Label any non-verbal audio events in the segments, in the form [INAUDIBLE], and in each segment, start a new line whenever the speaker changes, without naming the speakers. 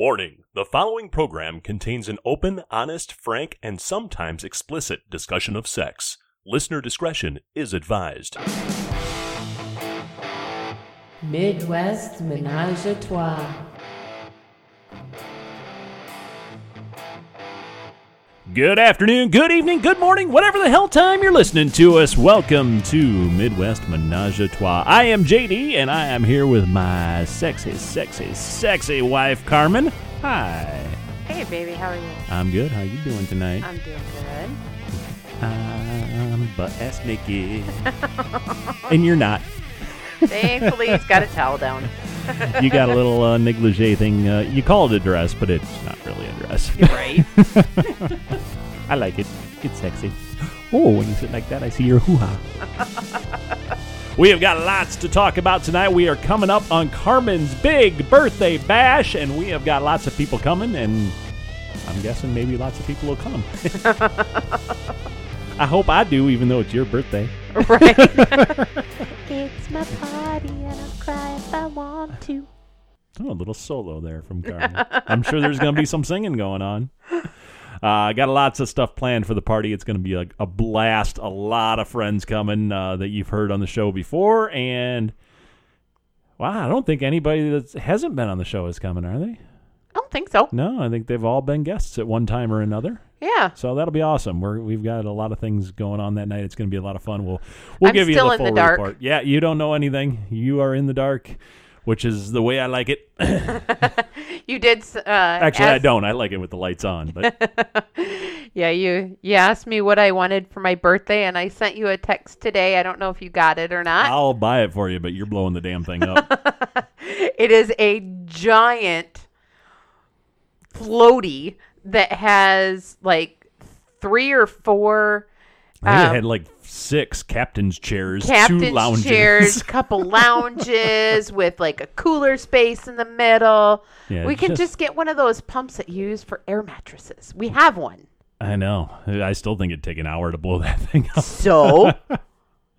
Warning The following program contains an open, honest, frank, and sometimes explicit discussion of sex. Listener discretion is advised.
Midwest Ménage à Trois.
Good afternoon, good evening, good morning, whatever the hell time you're listening to us. Welcome to Midwest Menage a Trois. I am JD, and I am here with my sexy, sexy, sexy wife, Carmen. Hi.
Hey, baby, how are you?
I'm good. How you doing tonight?
I'm doing good.
I'm butt ass naked. and you're not.
Thankfully, he's got a towel [LAUGHS] down.
You got a little uh, negligee thing. Uh, you call it a dress, but it's not really a dress.
Right?
[LAUGHS] I like it. It's sexy. Oh, when you sit like that, I see your hoo ha. we have got lots to talk about tonight. We are coming up on Carmen's big birthday bash, and we have got lots of people coming, and I'm guessing maybe lots of people will come. [LAUGHS] I hope I do, even though it's your birthday.
right.
It's my party and I'll cry if I want to.
Oh, a little solo there from Carmen. I'm sure there's going to be some singing going on. Uh, got lots of stuff planned for the party. It's going to be a, a blast. A lot of friends coming uh, that you've heard on the show before, and wow, I don't think anybody that hasn't been on the show is coming, are they?
I don't think so.
No, I think they've all been guests at one time or another.
Yeah.
So that'll be awesome. We're, we've got a lot of things going on that night. It's going to be a lot of fun. We'll we'll
I'm
give you
still
the
in
full
the dark.
report. Yeah, you don't know anything. You are in the dark, which is the way I like it.
You did. s- Uh,
[LAUGHS] Actually, I
ask-
don't. I like it with the lights on,
[LAUGHS]
but
Yeah, you, you asked me what I wanted for my birthday, and I sent you a text today. I don't know if you got it or not.
I'll buy it for you. But you're blowing the damn thing
[LAUGHS]
up.
It is a giant floaty that has like three or four
I think
Um,
it had like six captain's chairs, two
captain's
lounges. [LAUGHS]
chairs, couple lounges with like a cooler space in the middle.
Yeah,
we can
just-
just... get one of those pumps that you use for air mattresses. We have one.
I know. I still think it'd take an hour to blow that [LAUGHS] thing up.
So
All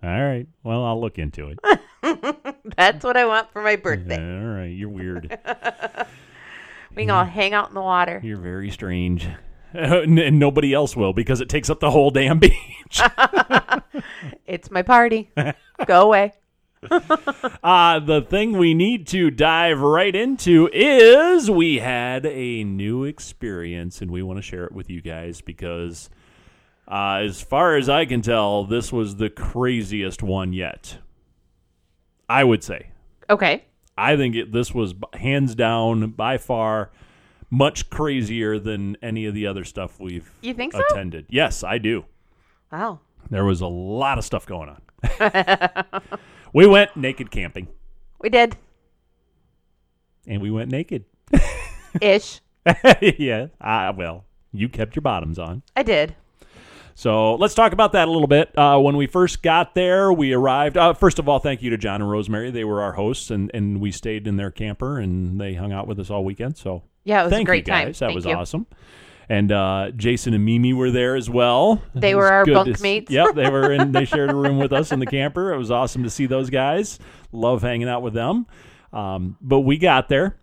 right. Well, I'll look into it.
[LAUGHS] that's what I want for my birthday.
All right. You're weird.
We can all
Mm-hmm.
hang out in the water.
You're very strange. [LAUGHS] and and nobody else will because it takes up the whole damn [LAUGHS] beach.
It's
[LAUGHS]
my party. Go away.
Uh, the thing we need to dive right into is we had a new experience, and we want to share it with you guys because, uh, as far as I can tell, this was the craziest one yet. I would say.
Okay.
I think it, this was b- hands down by far much crazier than any of the other stuff we've
You think so?
attended. Yes, I do.
Wow.
There was a lot of stuff going on. [LAUGHS] we went naked camping, [LAUGHS]
We did
and we went naked.
ish.
[LAUGHS] yeah. I, well, you kept your bottoms on.
I did.
So let's talk about that a little bit. Uh, when we first got there, we arrived. Uh, first of all, thank you to John and Rosemary. They were our hosts, and, and we stayed in their camper, and they hung out with us all weekend. So
Yeah, it was a
thank
great
you
time.
guys. That
Thank
was
you.
awesome. And uh, Jason and Mimi were there as well.
[LAUGHS] They
It
were
was
our
good to
bunk
s-
mates.
Yep, they were in. They shared a room with us in
[LAUGHS]
the camper. It was awesome to see those guys. Love hanging out with them. Um, but we got there.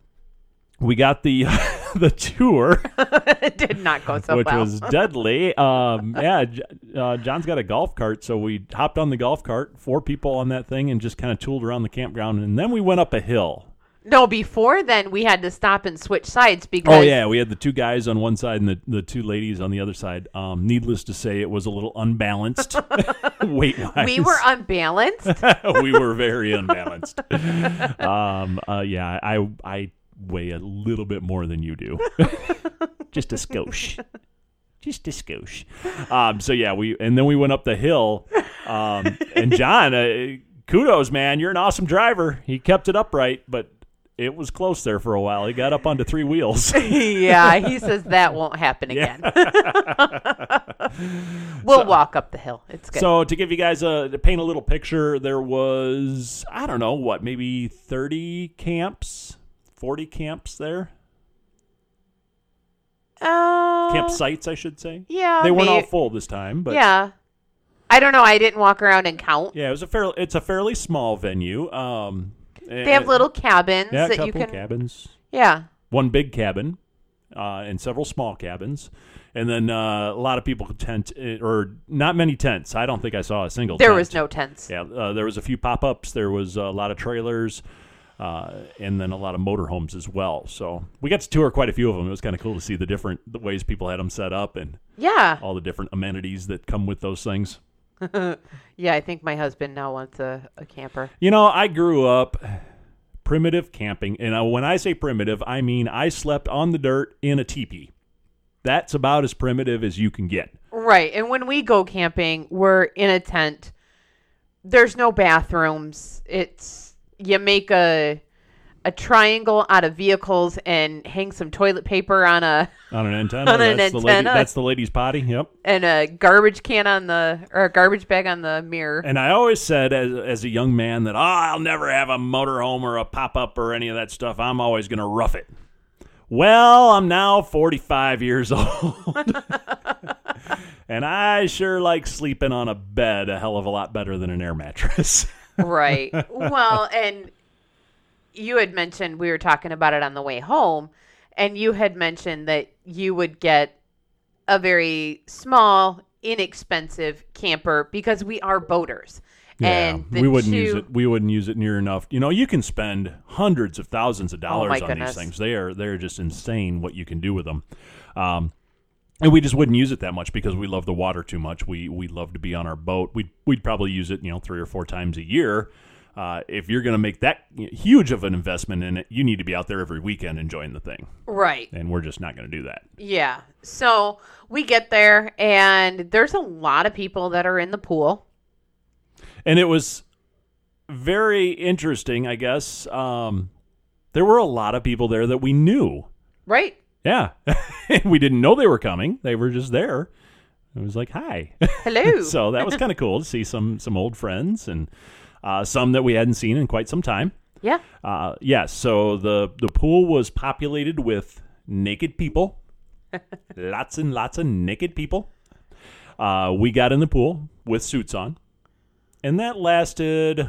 We got the [LAUGHS] the tour
[LAUGHS] it did not go so
which
well. [LAUGHS]
was deadly. Um, yeah, J- uh, John's got a golf cart, so we hopped on the golf cart, four people on that thing, and just kind of tooled around the campground, and then we went up a hill.
No, before then we had to stop and switch sides because
Oh yeah, we had the two guys on one side and the, the two ladies on the other side. Um, needless to say, it was a little unbalanced [LAUGHS] weight wise.
we were unbalanced.
[LAUGHS] we were very unbalanced. um, uh, yeah, I I weigh a little bit more than you do. [LAUGHS] Just a skosh. Just a skosh. Um, so yeah, we and then we went up the hill. Um, and John, uh, kudos, man, you're an awesome driver. He kept it upright, but it was close there for a while. He got up onto three wheels.
yeah, he says that won't happen
Yeah.
again. [LAUGHS] we'll walk up the hill. It's good.
So to give you guys a to paint a little picture, there was I don't know what maybe thirty camps, forty camps there,
uh,
campsites I should say.
Yeah,
they weren't all
may-
full this time, but
yeah. I don't know. I didn't walk around and count.
yeah, it was a fair. It's a fairly small venue. Um,
They have little cabins
yeah, a
that you
couple
can.
cabins.
Yeah,
one big cabin uh, and several small cabins, and then uh, a lot of people tent eh, or not many tents. I don't think I saw a single.
There
tent.
was no tents.
Yeah, uh, there was a few pop ups. There was a lot of trailers, uh, and then a lot of motorhomes as well. So we got to tour quite a few of them. It was kind of cool to see the different the ways people had them set up and
Yeah.
all the different amenities that come with those things.
Yeah, I think my husband now wants a, a camper.
You know, I grew up primitive camping, and I, when I say primitive, I mean I slept on the dirt in a teepee. That's about as primitive as you can get.
Right. And when we go camping, we're in a tent. There's no bathrooms. It's you make a a triangle out of vehicles and hang some toilet paper on a
On an antenna,
On an
that's the lady,
antenna.
that's the lady's potty. Yep.
and a garbage can on the or a garbage bag on the mirror.
And I always said as, as a young man that, oh, I'll never have a motorhome or a pop up or any of that stuff. I'm always going to rough it. Well, I'm now 45 years [LAUGHS] old. and I sure like sleeping on a bed a hell of a lot better than an air mattress. [LAUGHS]
right. Well, and you had mentioned we were talking about it on the way home, and you had mentioned that you would get a very small, inexpensive camper because we are boaters. and the
we wouldn't use
two-
it. We wouldn't use it near enough. You know, you can spend hundreds of thousands of dollars
Oh my
on
goodness.
these things. They are they're just insane what you can do with them. Um, and we just wouldn't use it that much because we love the water too much. We we love to be on our boat. We'd we'd probably use it you know three or four times a year. Uh, if you're going to make that huge of an investment in it, you need to be out there every weekend enjoying the thing.
Right.
And we're just not going to do that.
Yeah. So we get there, and there's a lot of people that are in the pool.
and it was very interesting i guess um, there were a lot of people there that we knew
Right.
yeah [LAUGHS] we didn't know they were coming they were just there it was like hi [LAUGHS]
Hello.
so that was kind of cool to see some some old friends and uh, some that we hadn't seen in quite some time
yeah.
uh, yes so the the pool was populated with naked people lots and lots of naked people uh, we got in the pool with suits on and that lasted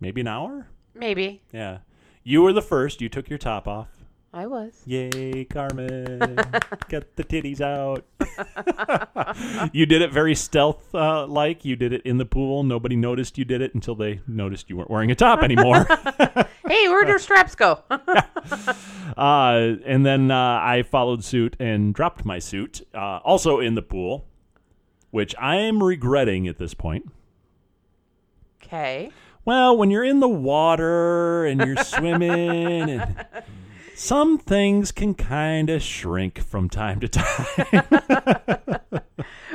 maybe an hour
Maybe
yeah you were the first you took your top off
I was.
Yay, Carmen. Get the titties out. [LAUGHS] you did it very stealth uh, like. You did it in the pool. Nobody noticed you did it until they noticed you weren't wearing a top anymore.
Hey,
[LAUGHS]
where'd your straps go? [LAUGHS]
uh, and then uh, I followed suit and dropped my suit, uh, also in the pool, which I am regretting at this point.
okay.
Well, when you're in the water and you're swimming, and some things can kind of shrink from time to time.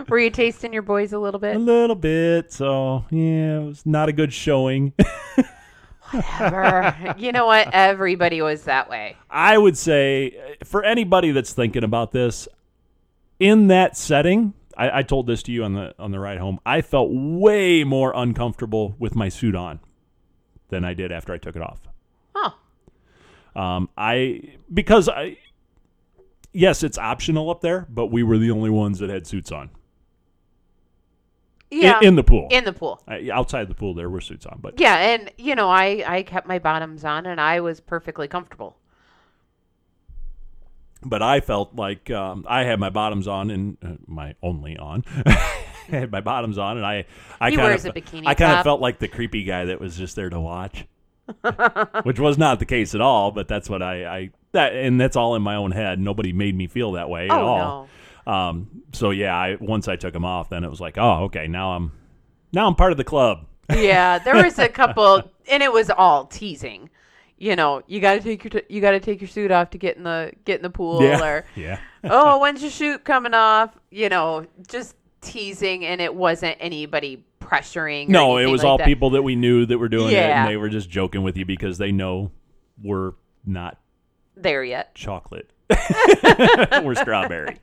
Were you tasting your boys a little
A
bit?
little bit. So, yeah, it was not a good showing. [LAUGHS]
Ever. [LAUGHS] you know what? Everybody was that way.
I would say uh, for anybody that's thinking about this, in that setting, I, I told this to you on the on the ride home. I felt way more uncomfortable with my suit on than I did after I took it off.
Huh.
Um, I because I yes, it's optional up there, but we were the only ones that had suits on
Yeah.
in, in the pool.
In the pool.
I- outside the pool, there were suits on, but
Yeah, and you know, I I kept my bottoms on and I was perfectly comfortable.
but I felt like um, I had my bottoms on and uh, my only on. [LAUGHS] I had my bottoms on, and I, I
He
kind
wears a
of,
bikini
I kind of
top.
felt like the creepy guy that was just there to watch, [LAUGHS] which was not the case at all. But that's what I, I that, and that's all in my own head. Nobody made me feel that way at
oh
all. Um, so yeah, I, once I took them off, then it was like, oh, okay, now I'm, now I'm part of the club. [LAUGHS]
no. Yeah, there was a couple and it was all teasing. You know, you got to take your t- you got to take your suit off to get in the get in the pool
yeah, [LAUGHS]
or
yeah.
oh, when's your shoot coming off? You know, just teasing and it wasn't anybody pressuring or
No, it
anything
was
like
all
that.
people that we knew that were doing it,
Yeah.
and they were just joking with you because they know we're not
there yet.
chocolate. [LAUGHS] We're strawberry.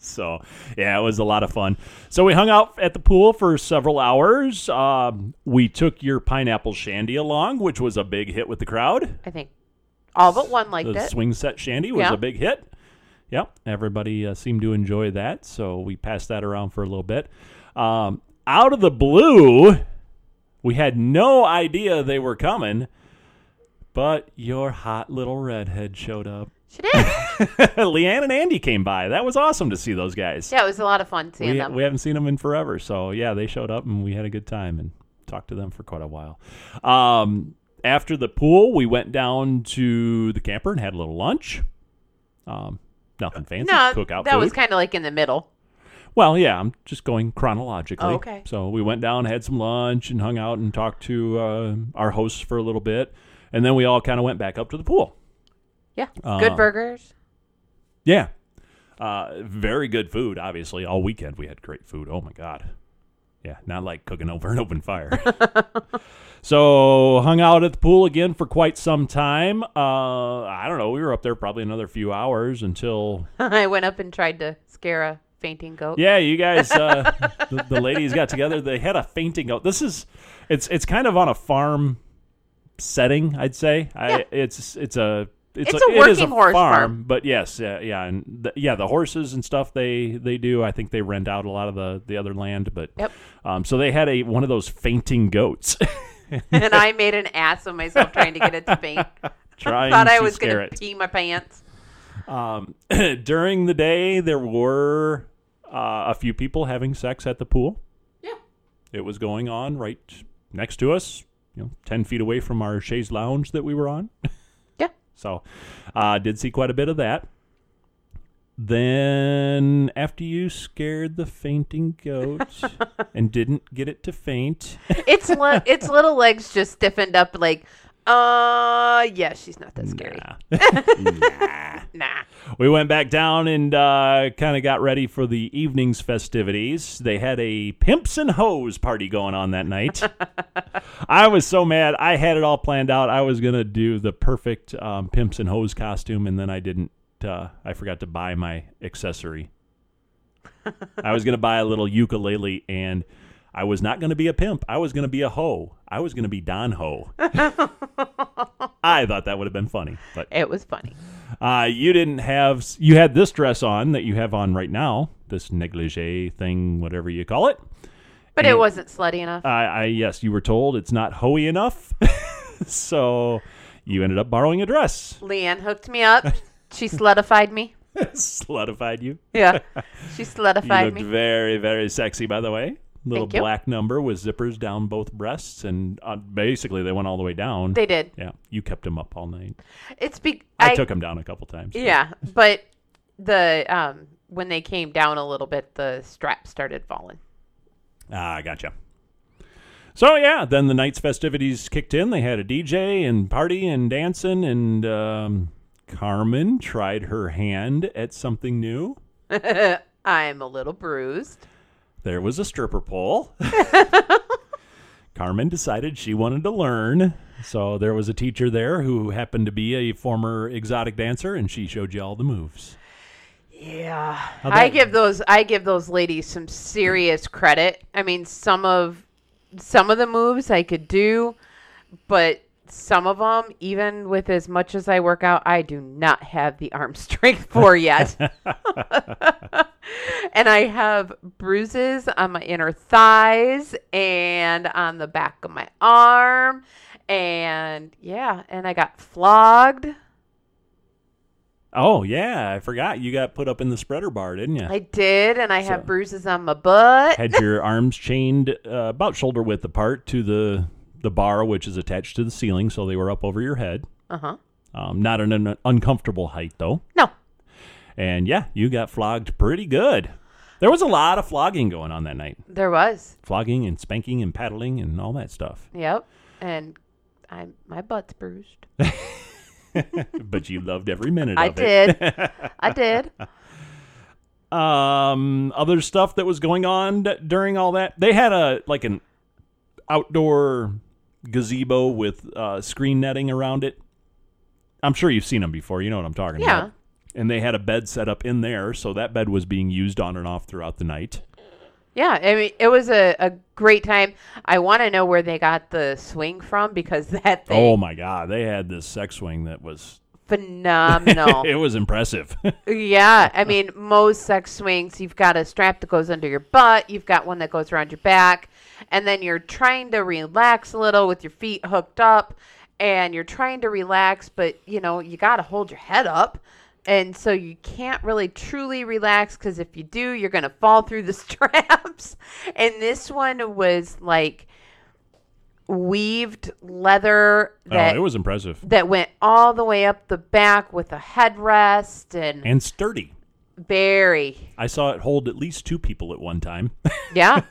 So, yeah, it was a lot of fun. So, we hung out at the pool for several hours. Um, we took your pineapple shandy along, which was a big hit with the crowd.
I think all but one liked
The
it.
swing set shandy was
Yeah.
a big hit. Yep, everybody uh, seemed to enjoy that. So, we passed that around for a little bit. Um, out of the blue, we had no idea they were coming. But your hot little redhead showed up.
She
[LAUGHS]
did.
Leanne and Andy came by. That was awesome to see those guys.
yeah, it was a lot of fun seeing
we,
them.
we haven't seen them in forever. So, yeah, they showed up and we had a good time and talked to them for quite a while. Um, after the pool, we went down to the camper and had a little lunch. Um, nothing fancy.
Uh, no,
cook out
that
food.
was kind of like in the middle.
Well, yeah, I'm just going chronologically.
Oh, okay.
So we went down, had some lunch, and hung out and talked to uh, our hosts for a little bit, and then we all kind of went back up to the pool.
Yeah,
Uh,
good burgers. [LAUGHS]
Yeah, uh, very good food. Obviously, all weekend we had great food. Oh my god, yeah, not like cooking over an open fire. so hung out at the pool again for quite some time. Uh, I don't know. We were up there probably another few hours until
I went up and tried to scare a fainting goat.
Yeah, you guys, uh, [LAUGHS] the, the ladies got together. They had a fainting goat. This is, it's it's kind of on a farm setting, I'd say. I,
Yeah.
it's it's a it's,
It's a
it is
working horse farm.
but yes, yeah, yeah, and the, yeah, the horses and stuff they they do. I think they rent out a lot of the the other land, but [LAUGHS]
Yep.
um, so they had a one of those fainting goats. [LAUGHS]
and I made an ass of myself trying to get it to faint.
[LAUGHS] trying
[LAUGHS] Thought
to
I was
scare
gonna
it.
pee my pants.
Um, during the day, there were uh, a few people having sex at the pool.
Yeah.
It was going on right next to us, you know, 10 feet away from our chaise lounge that we were on. [LAUGHS]
Yeah.
So, uh, did see quite a bit of that. Then, after you scared the fainting goat and didn't get it to faint, [LAUGHS]
Its le- its little legs just stiffened up like uh yeah, she's not that scary.
nah.
Nah.
We went back down and uh, kind of got ready for the evening's festivities. They had a pimps and hoes party going on that night. I was so mad. I had it all planned out. I was gonna do the perfect um, pimps and hoes costume, and then I didn't. Uh, I forgot to buy my accessory. I was gonna buy a little ukulele, and I was not gonna be a pimp. I was gonna be a hoe. I was gonna be Don Ho. I thought that would have been funny, but
It was funny.
uh, you didn't have you had this dress on that you have on right now, this negligee thing, whatever you call it.
But it wasn't slutty enough.
I, I yes, you were told it's not hoey enough, [LAUGHS] so you ended up borrowing a dress. [LAUGHS]
Leanne hooked me up. She slutified me.
Slutified you. [LAUGHS]
Yeah. She
You
slutified
looked
me.
very very sexy, by the way. Little
Thank you.
black number with zippers down both breasts, and uh, basically they went all the way down.
They did.
yeah, you kept them up all night.
It's be
I, took them down a couple times.
Yeah, but the um when they came down a little bit, the strap started falling.
Ah, gotcha. So yeah, then the night's festivities kicked in. They had a DJ and party and dancing, and um, Carmen tried her hand at something new.
I'm a little bruised.
There was a stripper pole. [LAUGHS] Carmen decided she wanted to learn. So there was a teacher there who happened to be a former exotic dancer, and she showed you all the moves.
Yeah. I
about-
give those I give those ladies some serious credit. I mean, some of some of the moves I could do, but some of them even with as much as I work out, I do not have the arm [LAUGHS] strength for
[LAUGHS]
yet. and I have bruises on my inner thighs and on the back of my arm and yeah, and I got flogged.
Oh yeah, I forgot you got put up in the spreader bar, didn't you? [LAUGHS]
I did and I
So-
have bruises on my butt.
had your arms chained uh, about shoulder width apart to the the bar, which is attached to the ceiling, so they were up over your head.
Uh-huh.
Um, not an, an uncomfortable height though,
No.
and yeah, you got flogged pretty good. There was a lot of flogging going on that night,
There was.
flogging and spanking and paddling and all that stuff.
Yep. And I'm my butt's bruised.
but you loved every minute
I
of it.
did.
[LAUGHS]
I did.
Um, other stuff that was going on d- during all that, they had a like an outdoor gazebo with uh, screen netting around it. I'm sure you've seen them before. You know what I'm talking
Yeah.
about. And they had a bed set up in there, so that bed was being used on and off throughout the night.
Yeah. I mean, it was a, a great time. I want to know where they got the swing from because [LAUGHS] that
Oh
thing
my god, they had this sex swing that was [LAUGHS] it [LAUGHS]
phenomenal.
was impressive.
[LAUGHS]
Oh,
yeah. I mean, most sex swings, you've got a strap that goes under your butt, you've got one that goes around your back, and then you're trying to relax a little with your feet hooked up. and you're trying to relax, but you know, you got to hold your head up. And so you can't really truly relax because if you do, you're going to fall through the [LAUGHS] straps. and this one was like weaved leather that,
oh, it was impressive
that went all the way up the back with a headrest and
and sturdy.
very,
[LAUGHS] I saw it hold at least two people at one time. [LAUGHS]
yeah.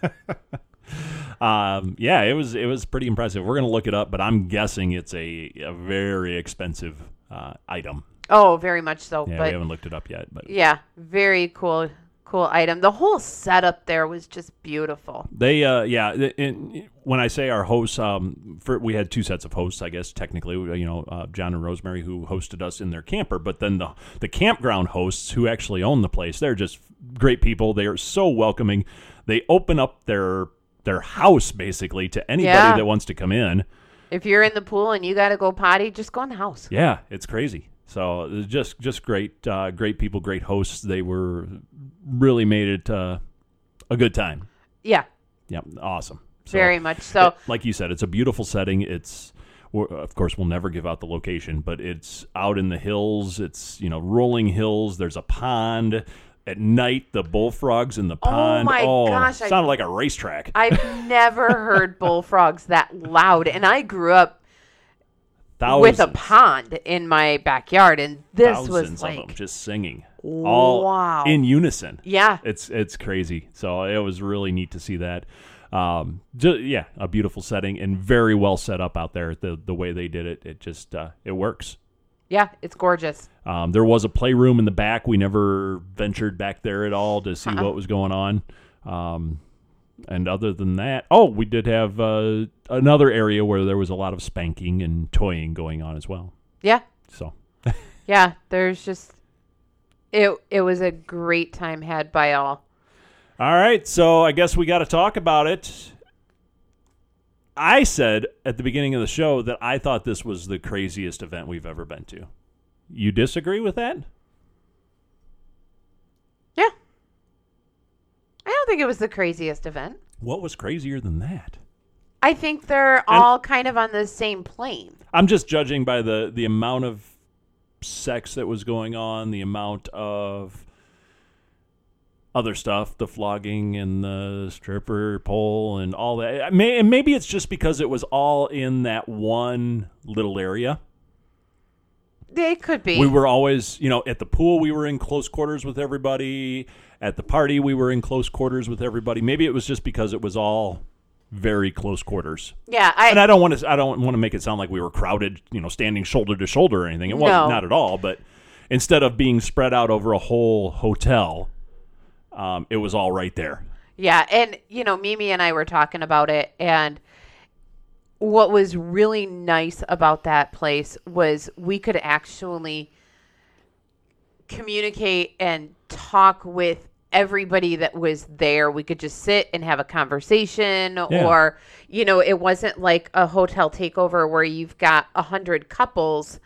um, yeah, it was it was pretty impressive. We're gonna look it up, but I'm guessing it's a, a very expensive uh, item.
Oh, very much so.
Yeah, we
but
haven't looked it up yet, but
yeah, very cool, cool item. The whole setup there was just beautiful.
They, uh, yeah. th- In, when I say our hosts, um, for, we had two sets of hosts, I guess technically. You know, uh, John and Rosemary who hosted us in their camper, but then the the campground hosts who actually own the place. They're just great people. They are so welcoming. They open up their their house basically to anybody
Yeah.
that wants to come in.
If you're in the pool and you got to go potty, just go in the house.
Yeah, it's crazy. So it's just just great, uh, great people, great hosts. They were really made it uh, a good time.
Yeah,
Yeah, awesome. So- [LAUGHS]
very much so.
it- like you said, it's a beautiful setting. It's we're, of course we'll never give out the location, but it's out in the hills. It's you know rolling hills. There's a pond. At night, the bullfrogs in the pond.
my
oh,
gosh, I-
sounded like a racetrack.
I've never heard bullfrogs that loud, and I grew up
Thousands,
with a pond in my backyard, and this
thousands
was
of them
like,
just singing, all
Wow.
in unison.
yeah,
It's it's crazy. So it was really neat to see that. Um, ju- yeah, a beautiful setting and very well set up out there. The the way they did it, it just uh, it works.
yeah, it's gorgeous.
Um, there was a playroom in the back. We never ventured back there at all to see what was going on. Um, and other than that, oh, we did have uh, another area where there was a lot of spanking and toying going on as well.
Yeah,
So
yeah. There's just it. It was a great time had by all.
All right, so I guess we got to talk about it. I said at the beginning of the show that I thought this was the craziest event we've ever been to. You disagree with that?
Yeah, I don't think it was the craziest event.
What was crazier than that?
I think they're all kind of on the same plane.
I'm just judging by the the amount of sex that was going on, the amount of other stuff, the flogging and the stripper pole and all that. I may, and maybe it's just because it was all in that one little area.
They could be.
We were always, you know, at the pool we were in close quarters with everybody. At the party we were in close quarters with everybody. Maybe it was just because it was all very close quarters.
yeah,
And
I,
I don't want to I don't want to make it sound like we were crowded, you know, standing shoulder to shoulder or anything. It wasn't
No.
not at all, but instead of being spread out over a whole hotel, um, it was all right there.
yeah, and you know, Mimi and I were talking about it, and what was really nice about that place was we could actually communicate and talk with everybody that was there. We could just sit and have a conversation or you know, it wasn't like a hotel takeover where you've got a hundred couples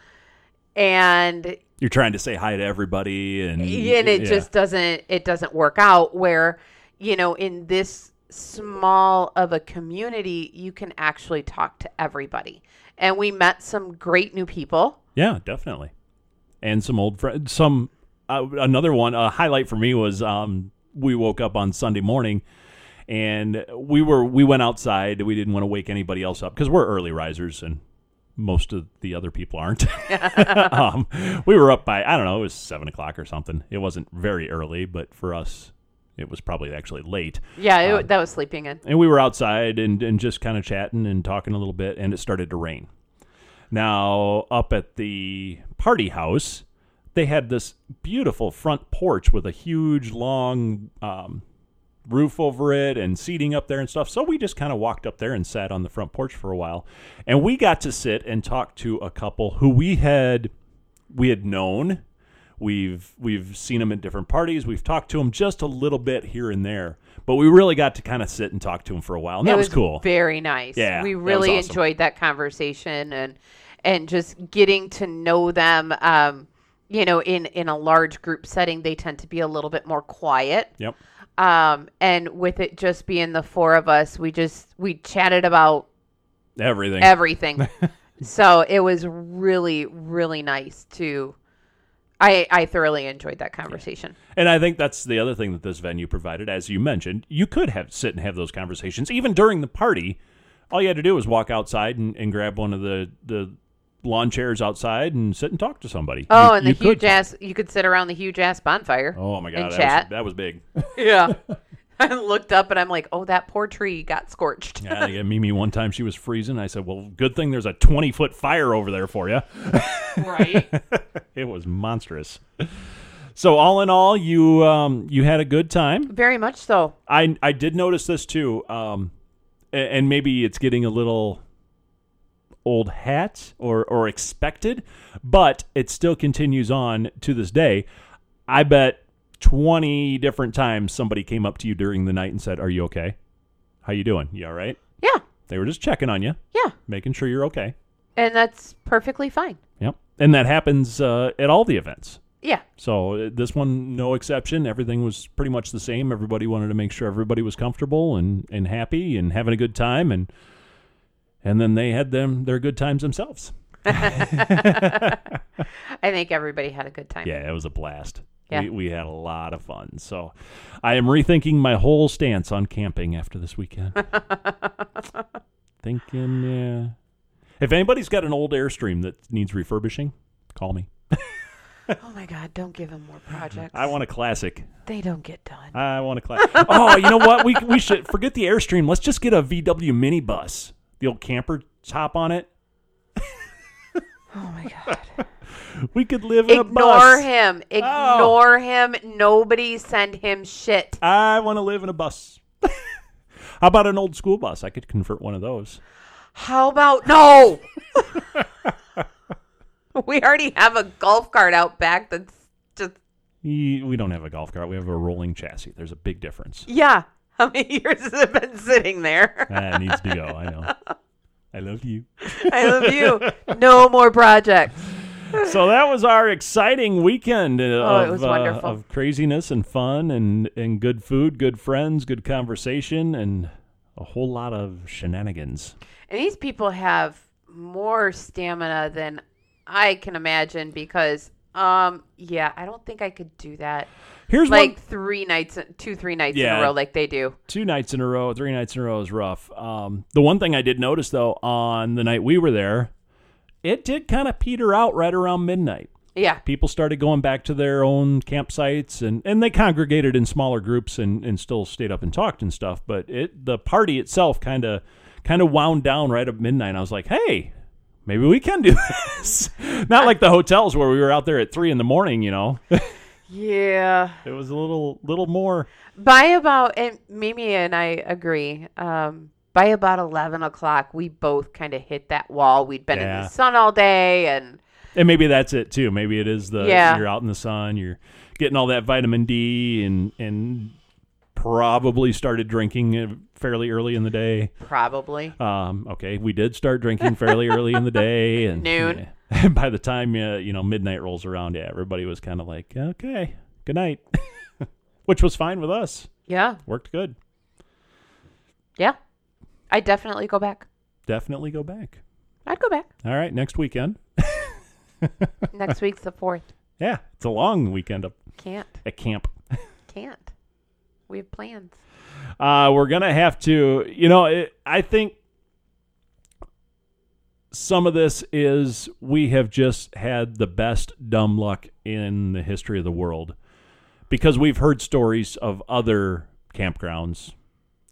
and
You're trying to say hi to everybody and
and it
yeah.
just doesn't it doesn't work out where you know in this small of a community you can actually talk to everybody and we met some great new people
Yeah, definitely. And some old friends. Some uh, another one. A highlight for me was um, we woke up on Sunday morning, and we were we went outside. We didn't want to wake anybody else up because we're early risers, and most of the other people aren't. [LAUGHS] um, we were up by I don't know it was seven o'clock or something. It wasn't very early, but for us, it was probably actually late
yeah it, that was sleeping in
and we were outside and, and just kind of chatting and talking a little bit and it started to rain now up at the party house they had this beautiful front porch with a huge long um, roof over it and seating up there and stuff so we just kind of walked up there and sat on the front porch for a while and we got to sit and talk to a couple who we had we had known We've we've seen them at different parties. We've talked to them just a little bit here and there, but we really got to kind of sit and talk to them for a while, and that
it
was, cool.
very nice
Yeah,
we
that was
really
awesome.
enjoyed that conversation and and just getting to know them um you know in in a large group setting they tend to be a little bit more quiet
yep.
um and with it just being the four of us we just we chatted about
Everything. [LAUGHS]
everything So it was really, really nice to. I, I thoroughly enjoyed that conversation.
And I think that's the other thing that this venue provided, as you mentioned. You could have sit and have those conversations even during the party. All you had to do was walk outside and, and grab one of the, the lawn chairs outside and sit and talk to somebody.
Oh,
You-
and the
you
huge
could-
ass, you could sit around the huge ass bonfire.
Oh my god,
and
that was,
chat.
that was big. [LAUGHS]
Yeah. [LAUGHS] I looked up and I'm like, oh, that poor tree
[LAUGHS]
got scorched.
Yeah, yeah, Mimi. One time she was freezing. I said, "Well, good thing there's a twenty foot fire over there for you."
Right.
It was monstrous. So all in all, you um, you had a good time.
[LAUGHS] Very much so.
I I did notice this too. Um, a- and maybe it's getting a little old hat or or expected, but it still continues on to this day. I bet twenty different times somebody came up to you during the night and said, "Are you okay? How you doing? You all right?"
Yeah.
They were just checking on you,
Yeah.
making sure you're okay.
And that's perfectly fine.
Yep. And that happens uh, at all the events.
Yeah.
So uh, this one, no exception. Everything was pretty much the same. Everybody wanted to make sure everybody was comfortable and, and happy and having a good time, and and then they had them their good times themselves.
I think everybody had a good time.
Yeah, it was a blast.
Yeah.
We, we had a lot of fun. So I am rethinking my whole stance on camping after this weekend. Thinking, yeah. If anybody's got an old Airstream that needs refurbishing, call me.
Oh my God, don't give him more projects.
I want a classic.
They don't get done.
I want to
[LAUGHS]
clap. oh, you know what? We we should forget the Airstream. Let's just get a VW minibus. The old camper top on it.
Oh my God.
We could live in a
Ignore
bus.
him.
Oh.
Ignore him. Nobody send him shit.
I want to live in a bus. [LAUGHS] How about an old school bus? I could convert one of those.
How [LAUGHS] about no? we already have a golf cart out back that's just
Ye- We don't have a golf cart. We have a rolling chassis. There's a big difference.
yeah. How many [LAUGHS] years has it been sitting there? [LAUGHS]
That needs to go. I know. I love you.
I love you. No more projects.
So that was our exciting weekend uh,
Oh,
of,
it was
uh,
wonderful.
of craziness and fun and, and good food, good friends, good conversation, and a whole lot of shenanigans.
And these people have more stamina than I can imagine because um yeah, I don't think I could do that.
Here's
Like
one,
three nights two three nights
Yeah.
in a row like they do.
two nights in a row, three nights in a row is rough. Um, the one thing I did notice though on the night we were there, it did kind of peter out right around midnight.
Yeah.
People started going back to their own campsites and, and they congregated in smaller groups and, and still stayed up and talked and stuff. But it the party itself kind of kind of wound down right at midnight. I was like, hey, maybe we can do [LAUGHS] this. Not like the hotels where we were out there at three in the morning. You know,
Yeah.
[LAUGHS] it was a little little more.
By about and Mimi and I agree. Um by about eleven o'clock we both kind of hit that wall. We'd been in
Yeah.
the sun all day and
And maybe that's it too. Maybe it is the
Yeah.
you're out in the sun, you're getting all that vitamin D, and and probably started drinking uh, fairly early in the day.
probably.
Um, okay, we did start drinking fairly early in the day, and
Noon.
yeah. [LAUGHS] by the time uh, you know midnight rolls around, yeah, everybody was kind of like, okay, good night, [LAUGHS] which was fine with us.
Yeah.
Worked good.
Yeah. I definitely go back.
Definitely go back.
I'd go back. [LAUGHS]
All right, next weekend.
Next week's the fourth.
Yeah, it's a long weekend up
Can't.
at camp.
Can't. We have plans.
uh, we're gonna have to you know it, i think some of this is we have just had the best dumb luck in the history of the world because we've heard stories of other campgrounds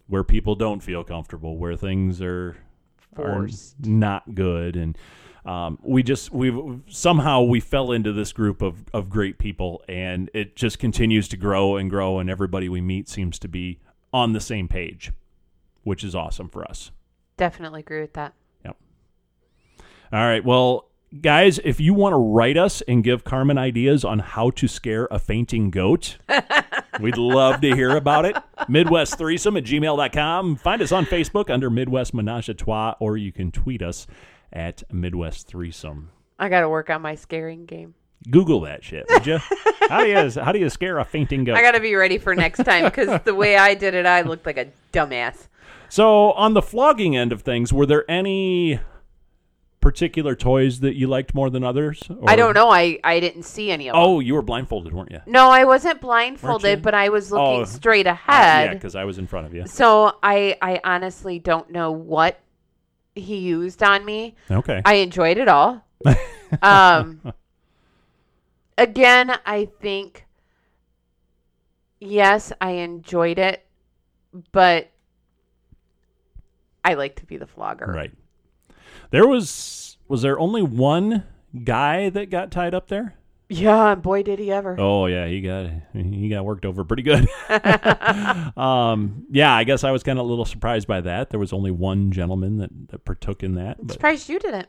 where people don't feel comfortable where things are are
Forced.
not good and um, we just we somehow we fell into this group of, of great people and it just continues to grow and grow and everybody we meet seems to be on the same page which is awesome for us
Definitely agree with that.
yep all right well guys if you want to write us and give carmen ideas on how to scare a fainting goat we'd love to hear about it midwest threesome at gmail.com find us on facebook under midwest menage a trois or you can tweet us at midwest threesome
I got to work on my scaring game.
Google that shit, would
[LAUGHS]
you? how do you how do you scare a fainting goat?
I got to be ready for next time because the way I did it, I looked like a dumbass.
so on the flogging end of things, were there any particular toys that you liked more than others?
I
or-
don't know. I, I didn't see any of them.
Oh, you were blindfolded, weren't you?
No, I wasn't
you?
blindfolded, but I was looking
Oh.
straight
Yeah,
ahead.
because I was in front of you.
so I I honestly don't know what he used on me.
Okay.
I enjoyed
[LAUGHS]
it all. um, again, I think yes, I enjoyed it, but I like to be the flogger.
right. There was was there only one guy that got tied up there?
Yeah, and boy, did he ever.
Oh yeah, he got he got worked over pretty
[LAUGHS]
good. [LAUGHS] um, yeah, I guess I was kind of a little surprised by that. There was only one gentleman that, that partook in that.
I'm
But
surprised you didn't.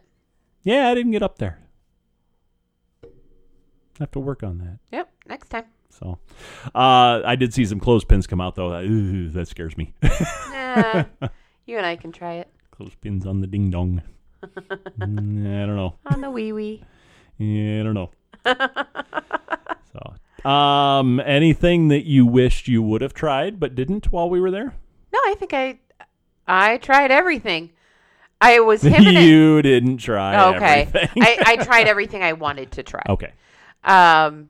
yeah, I didn't get up there. I have to work on that.
Yep, next time.
So, uh, I did see some clothespins come out though. Ooh, that scares me. [LAUGHS]
Nah, you and I can try it
clothespins on the ding
[LAUGHS]
dong. Mm, I don't know.
on the wee wee.
Yeah, I don't know. [LAUGHS] so, um, anything that you wished you would have tried but didn't while we were there?
No, I think I I tried everything. I was him and
[LAUGHS] you didn't try.
Okay,
everything. Oh.
I,
[LAUGHS]
I tried everything I wanted to try.
okay.
Um,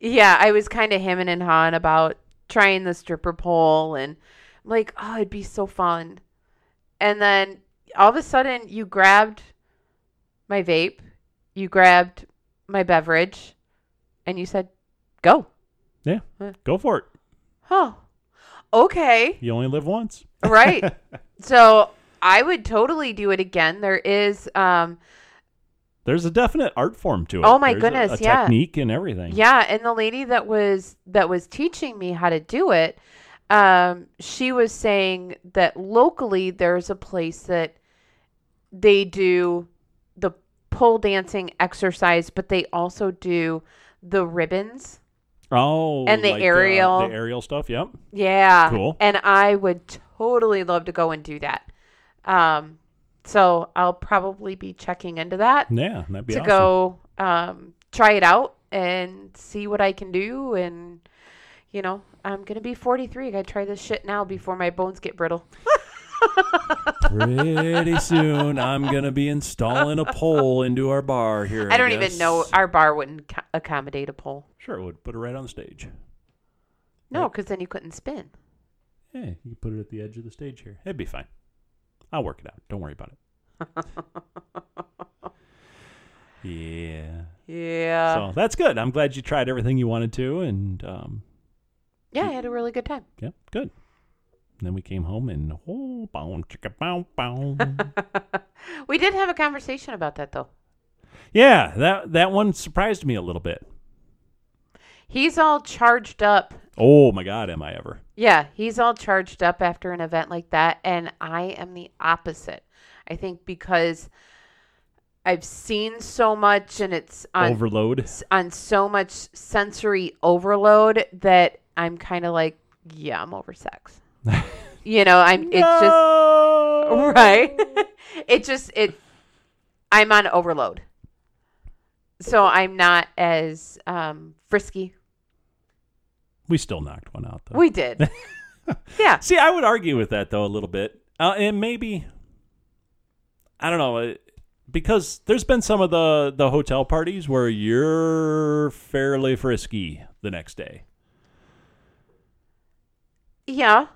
yeah, I was kind of hemming and hawing about trying the stripper pole, and I'm like, oh, it'd be so fun. And then all of a sudden, you grabbed my vape, you grabbed my beverage, and you said, go.
Yeah. Go for it.
Huh. Okay.
You only live once. [LAUGHS]
Right. so I would totally do it again. There is, um,
There's a definite art form to it.
Oh, my
There's
goodness,
A, a
yeah.
technique and everything.
Yeah, and the lady that was that was teaching me how to do it, um, she was saying that locally there's a place that they do the pole dancing exercise, but they also do the ribbons.
Oh,
And the
like, uh,
aerial.
the aerial stuff. Yep.
Yeah.
Cool.
And I would totally love to go and do that. Um, so I'll probably be checking into that
Yeah, that'd be
to
awesome.
go um, try it out and see what I can do. And, you know, I'm going to be 43. I got to try this shit now before my bones get brittle.
[LAUGHS] Pretty soon, I'm gonna be installing a pole into our bar here.
I don't even know. Our bar wouldn't co- accommodate a pole.
Sure, it would put it right on the stage.
No, because then you couldn't spin.
Hey, you could put it at the edge of the stage here. It'd be fine. I'll work it out. Don't worry about
[LAUGHS]
it. yeah.
Yeah.
so that's good. I'm glad you tried everything you wanted to, and um,
Yeah, I had a really good time. [LAUGHS]
yeah, good. And then we came home and oh, bow, chicka, bow, bow.
We did have a conversation about that, though.
yeah, that that one surprised me a little bit.
He's all charged up.
Oh my God, am I ever?
Yeah, he's all charged up after an event like that. And I am the opposite. I think because I've seen so much and it's on
Overload.
s- on so much sensory overload that I'm kind of like, yeah, I'm over sex. you know, I'm. It's just
No!
right. [LAUGHS] it just it. I'm on overload, so I'm not as um, frisky.
We still knocked one out though.
We did. yeah.
See, I would argue with that though a little bit, uh, and maybe I don't know uh, because there's been some of the the hotel parties where you're fairly frisky the next day.
Yeah.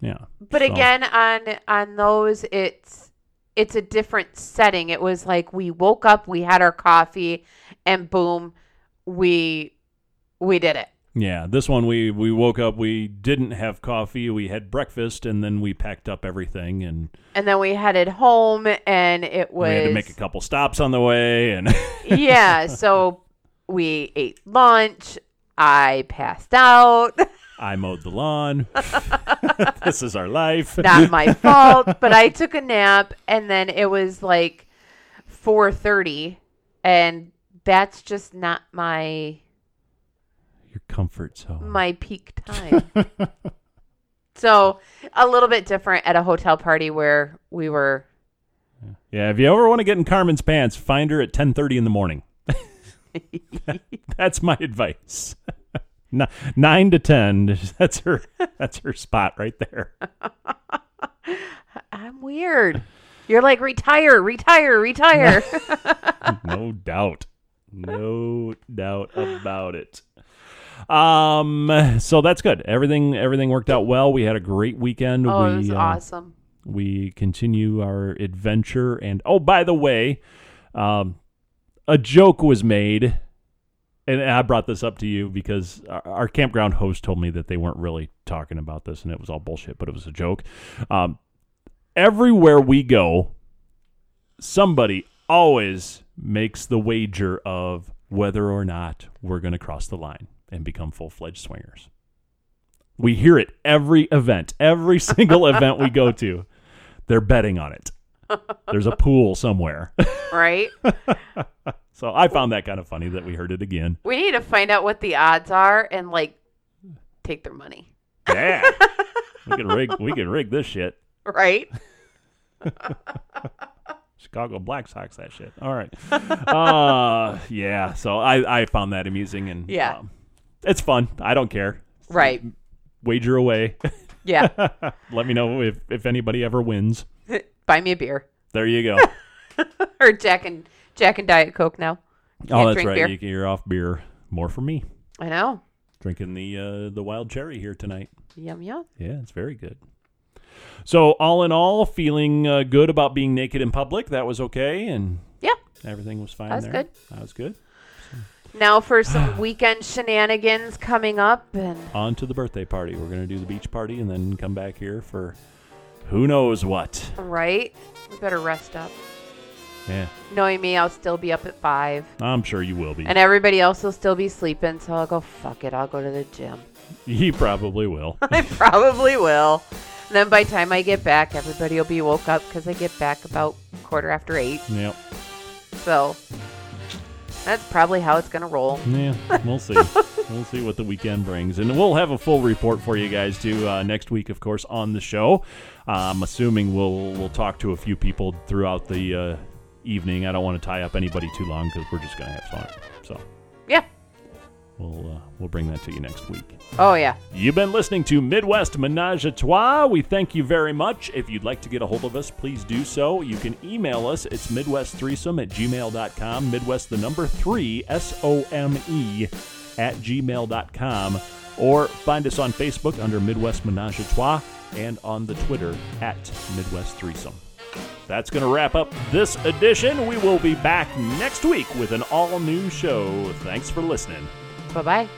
Yeah,
But
so-
again, on on those, it's it's a different setting. It was like we woke up, we had our coffee, and boom, we we did it.
yeah, this one we we woke up, we didn't have coffee, we had breakfast, and then we packed up everything, and
and then we headed home and it was
we had to make a couple stops on the way, and
[LAUGHS] yeah so we ate lunch i passed out [LAUGHS]
I mowed the lawn. this is our life.
not my fault but i took a nap and then it was like 4.30 and that's just not my
[LAUGHS] Your comfort zone.
my peak time [LAUGHS] so a little bit different at a hotel party where we were
Yeah, if you ever want to get in Carmen's pants, find her at 10:30 in the morning. [LAUGHS] that's my advice. [LAUGHS] Ni- 9 to 10, [LAUGHS] that's her that's her spot right there.
i'm weird You're like, retire, retire,
[LAUGHS]
retire.
[LAUGHS] no doubt. No doubt about it. Um so that's good. Everything everything worked out well. We had a great weekend.
oh,
we
it was
uh,
awesome.
we continue our adventure and oh by the way, um a joke was made and I brought this up to you because our- our campground host told me that they weren't really talking about this and it was all bullshit, but it was a joke. Um everywhere we go, somebody always makes the wager of whether or not we're going to cross the line and become full fledged swingers. We hear it every event, every single event we go to. They're betting on it. There's
[LAUGHS]
a pool somewhere. [LAUGHS]
Right?
so I found that kind of funny that we heard it again.
we need to find out what the odds are and like take their money.
Yeah. we can rig we can rig this shit.
Right?
Chicago Black Sox that shit. All right. Uh yeah, so I I found that amusing and
Yeah.
um, it's fun. I don't care.
Right.
Wager away. [LAUGHS]
Yeah. [LAUGHS]
Let me know if if anybody ever wins.
Buy me a beer.
There you
[LAUGHS]
go.
Or Jack and Jack and Diet Coke now.
oh, that's
drink
right.
beer.
You can, you're off beer. More for me.
I know.
Drinking the uh, the wild cherry here tonight.
Yum yum.
Yeah, it's very good. So all in all, feeling uh, good about being naked in public. That was okay, and
Yeah.
everything was fine.
That was
there.
good.
That was good.
Now
[SIGHS]
for some weekend shenanigans coming up and
On to the birthday party. We're gonna do the beach party, and then come back here for who knows what.
right. We better rest up.
Yeah,
Knowing me, I'll still be up at five.
I'm sure you will be.
And everybody else will still be sleeping, so I'll go fuck it, I'll go to the gym.
[LAUGHS]
[LAUGHS]
you probably will.
I probably will. And then by the time I get back, everybody will be woke up because I get back about quarter after eight.
yep.
So that's probably how it's gonna roll.
Yeah, we'll see. we'll see what the weekend brings. And we'll have a full report for you guys, too, uh, next week, of course, on the show. Uh, I'm assuming we'll we'll talk to a few people throughout the uh, evening. I don't want to tie up anybody too long because we're just going to have fun. So
Yeah.
we'll, uh, we'll bring that to you next week.
Oh yeah.
You've been listening to Midwest Menage a Trois. We thank you very much. If you'd like to get a hold of us, please do so. You can email us. It's midwestthreesome at gmail.com. Midwest, the number three, S O M E, at gmail.com. Or find us on Facebook under Midwest Menage a Trois and on the Twitter at Midwest Threesome. That's going to wrap up this edition. We will be back next week with an all new show. Thanks for listening.
Bye bye.